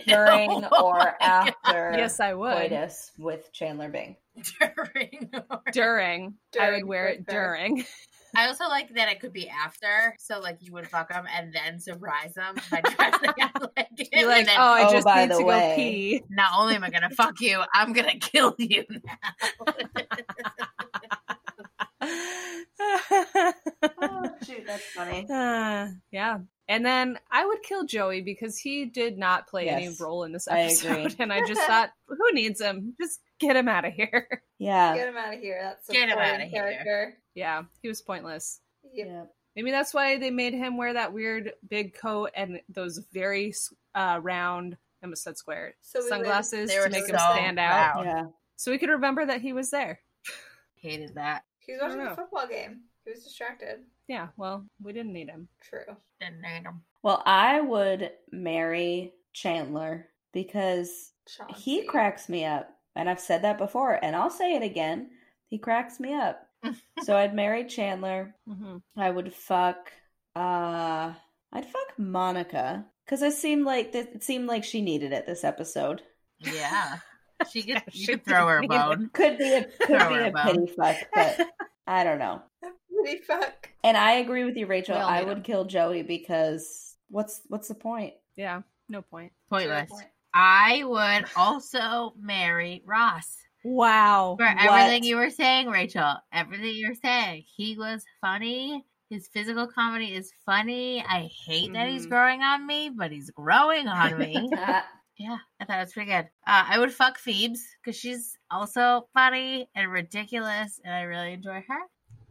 S4: during
S5: Oh
S4: or
S5: my God.
S4: after
S2: Yes, I would.
S4: coitus with Chandler Bing?
S5: During or-
S2: During, I would
S6: During,
S2: wear it
S6: like that.
S2: during.
S5: I also like that it could be after, so like you would fuck them and then surprise them by dressing up like him.
S2: Be like,
S5: and then,
S2: oh, I
S4: Oh,
S2: just
S4: by
S2: need
S4: the
S2: to
S4: way."
S2: go pee.
S5: not only am I gonna fuck you, I'm gonna kill you now.
S4: Oh shoot, that's funny.
S2: Uh, yeah. And then I would kill Joey because he did not play any
S4: Yes,
S2: role in this
S4: I
S2: episode.
S4: agree.
S2: And I just thought, who needs him? Just get him out of here.
S4: Yeah.
S6: Get him out of here. That's a
S5: Get him
S6: foreign
S5: outta here.
S6: character.
S2: Yeah, he was pointless.
S6: Yep.
S4: Yeah.
S2: Maybe that's why they made him wear that weird big coat and those very uh, round, I almost said square,
S6: So we would-
S2: sunglasses
S5: They were
S2: to make him
S5: so
S2: stand out
S5: loud.
S4: Yeah.
S2: so we could remember that he was there.
S5: Hated that.
S6: He was
S2: I don't
S6: watching
S2: know.
S6: the football game. He was distracted.
S2: Yeah, well, we didn't need him.
S6: True.
S5: Didn't hate him.
S4: Well, I would marry Chandler because he
S6: Chauncey.
S4: cracks me up. And I've said that before, and I'll say it again. He cracks me up. so I'd marry Chandler.
S2: Mm-hmm.
S4: I would fuck uh I'd fuck Monica cuz I seemed like that it seemed like she needed it this episode.
S5: Yeah. She could,
S2: She
S5: you could throw her a
S2: didn't either.
S5: bone.
S4: Could be a could
S5: Throw
S4: be
S5: her
S4: a
S5: a bone.
S4: pity fuck, but I don't know.
S6: Pretty fuck.
S4: And I agree with you Rachel.
S2: We all
S4: I
S2: need
S4: would
S2: him.
S4: kill Joey because what's what's the point?
S2: Yeah, no point.
S5: Pointless.
S6: Zero point.
S5: I would also marry Ross.
S2: Wow.
S5: For
S4: What?
S5: everything you were saying, Rachel. Everything you were saying. He was funny. His physical comedy is funny. I hate that he's
S2: Mhm.
S5: growing on me, but he's growing on me. yeah, I thought it was pretty good. Uh, I would fuck Phoebes because she's also funny and ridiculous, and I really enjoy her.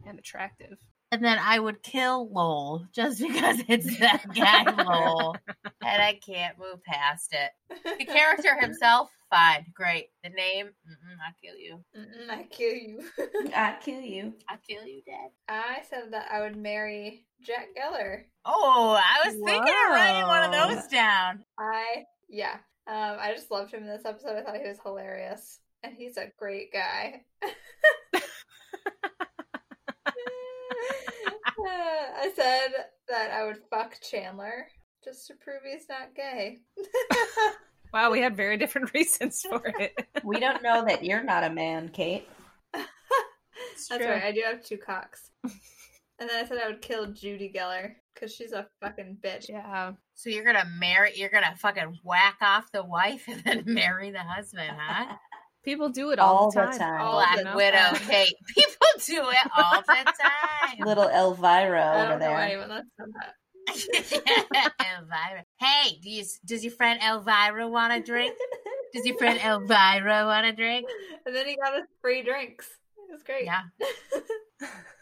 S2: And attractive.
S5: And then I would kill Lowell just because it's that guy Lowell, and I can't move past it. The character himself, fine, great. The name, mm-mm, I kill you.
S6: Mm-mm, I kill you.
S4: I'd kill you.
S5: I kill you dead.
S6: I said that I would marry Jack Geller.
S5: Oh, I was thinking of writing one
S2: Wow.
S5: of those down.
S6: I yeah. Um, I just loved him in this episode. I thought he was hilarious, and he's a great guy. Uh, I said that I would fuck Chandler just to prove he's not gay.
S2: Wow, we had very different reasons for it.
S4: We don't know that you're not a man, Kate.
S2: It's
S6: That's
S2: true.
S6: right. I do have two cocks. and then I said I would kill Judy Geller because she's a fucking bitch.
S2: Yeah.
S5: So you're gonna marry? You're gonna fucking whack off the wife and then marry the husband, huh?
S2: People do it all, the time.
S6: All
S5: Black
S6: the time.
S5: Widow, Kate. People do it all the time.
S4: Little Elvira
S6: I
S4: over
S6: don't know
S4: there.
S6: anyone that's done that.
S5: Elvira. Hey, do you, does your friend Elvira want a drink? Does your friend Elvira want a drink?
S6: And then he got us free drinks. It was great.
S5: Yeah.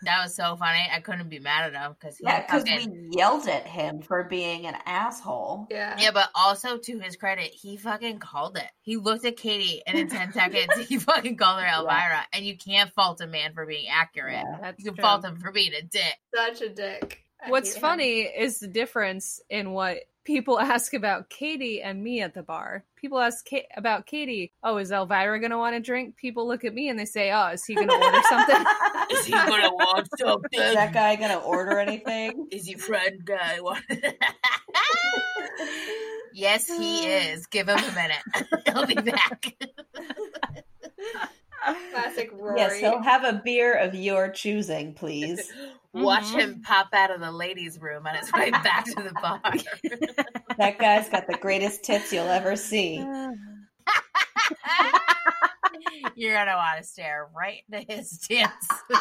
S5: That was so funny. I couldn't be mad at him because he
S4: Yeah, because
S5: fucking-
S4: we yelled at him for being an asshole.
S6: Yeah.
S5: Yeah, but also to his credit, he fucking called it. He looked at Katie, and in ten seconds, he fucking called her Elvira. And you can't fault a man for being accurate.
S4: Yeah.
S2: That's
S5: You can
S2: true.
S5: fault him for being a dick.
S6: Such a dick. I
S2: What's
S6: hate him.
S2: funny is the difference in what people ask about Katie and me at the bar. People ask Ka- about Katie, oh, is Elvira going to want a drink? People look at me and they say, oh, is he going to order something?
S5: Is he gonna want something?
S4: Is that guy gonna order anything?
S5: Is he friend guy? want- yes, he is. Give him a minute. He'll be back.
S6: Classic Rory.
S4: yes, he'll have a beer of your choosing, please.
S5: Watch
S4: Mm-hmm.
S3: Mhm.
S5: him pop out of the ladies' room on his way back to the bar.
S4: That guy's got the greatest tits you'll ever see.
S5: You're gonna want to stare right into his tits.
S6: Isn't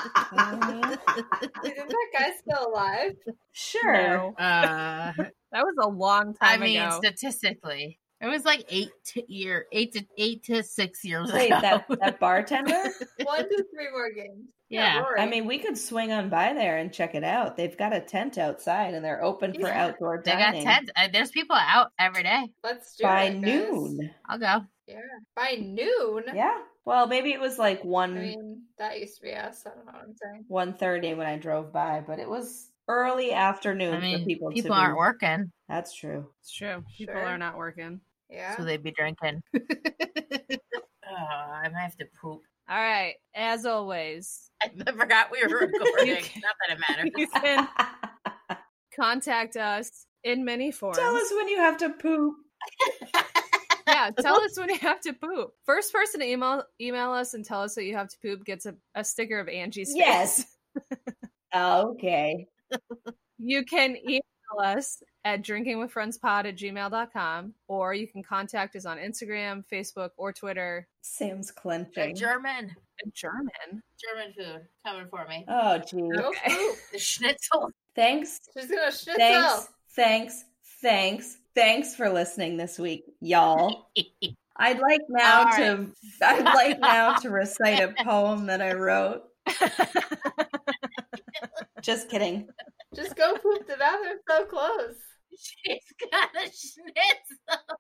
S6: that guy still alive?
S4: Sure.
S2: No.
S5: Uh,
S2: That was a long
S5: I
S2: time
S5: mean,
S2: ago.
S5: statistically, it was like eight to year, eight to eight to six years
S4: Wait,
S5: ago.
S4: that, that bartender?
S6: One to three more games.
S5: Yeah,
S6: Rory.
S4: I mean, we could swing on by there and check it out. They've got a tent outside and they're open for
S5: Yeah.
S4: outdoor
S5: they got
S4: dining
S5: tens. Uh, there's people out every day.
S6: let's do
S4: by
S6: it, guys.
S4: noon.
S5: I'll go.
S6: Yeah, by noon.
S4: Yeah. Well, maybe it was like
S6: I
S4: one
S6: mean, that used to be us. I don't know what I'm saying.
S4: one thirty when I drove by, but it was early afternoon
S5: I mean,
S4: for people,
S5: people,
S4: to
S5: aren't
S4: be-
S5: working,
S4: That's true.
S2: it's true. People
S6: Sure.
S2: are not working.
S6: Yeah.
S5: so they'd be drinking. oh, I might have to poop.
S2: All right. As always,
S5: I forgot we were recording.
S2: can-
S5: Not that it
S2: you
S5: matters.
S2: can contact us in many forms.
S4: Tell us when you have to poop.
S2: yeah, tell us when you have to poop. First person to email email us and tell us that you have to poop gets a, a sticker of Angie's face.
S4: Yes. okay.
S2: You can email us at drinkingwithfriendspod at gmail.com or you can contact us on Instagram, Facebook, or Twitter.
S4: Sam's
S5: They're
S4: clenching.
S5: German,
S2: German.
S5: German food coming for me.
S4: Oh, gee.
S6: Go
S2: Okay.
S6: poop.
S5: The schnitzel.
S4: Thanks.
S6: She's gonna shit
S4: Thanks.
S6: herself.
S4: Thanks. Thanks. Thanks for listening this week, y'all. I'd like now
S5: All
S4: to I'd like now to recite a poem that I wrote. Just kidding.
S6: Just go poop. The bathroom's so close.
S5: She's got a schnitzel.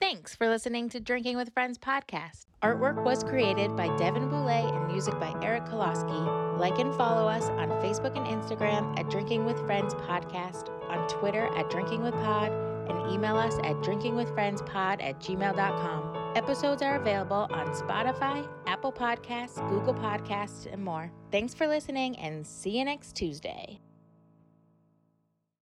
S7: Thanks for listening to Drinking with Friends podcast. Artwork was created by Devin Boulay and music by Eric Koloski. Like and follow us on Facebook and Instagram at Drinking with Friends podcast, on Twitter at Drinking with Pod, and email us at drinkingwithfriendspod at gmail.com. Episodes are available on Spotify, Apple Podcasts, Google Podcasts, and more. Thanks for listening and see you next Tuesday.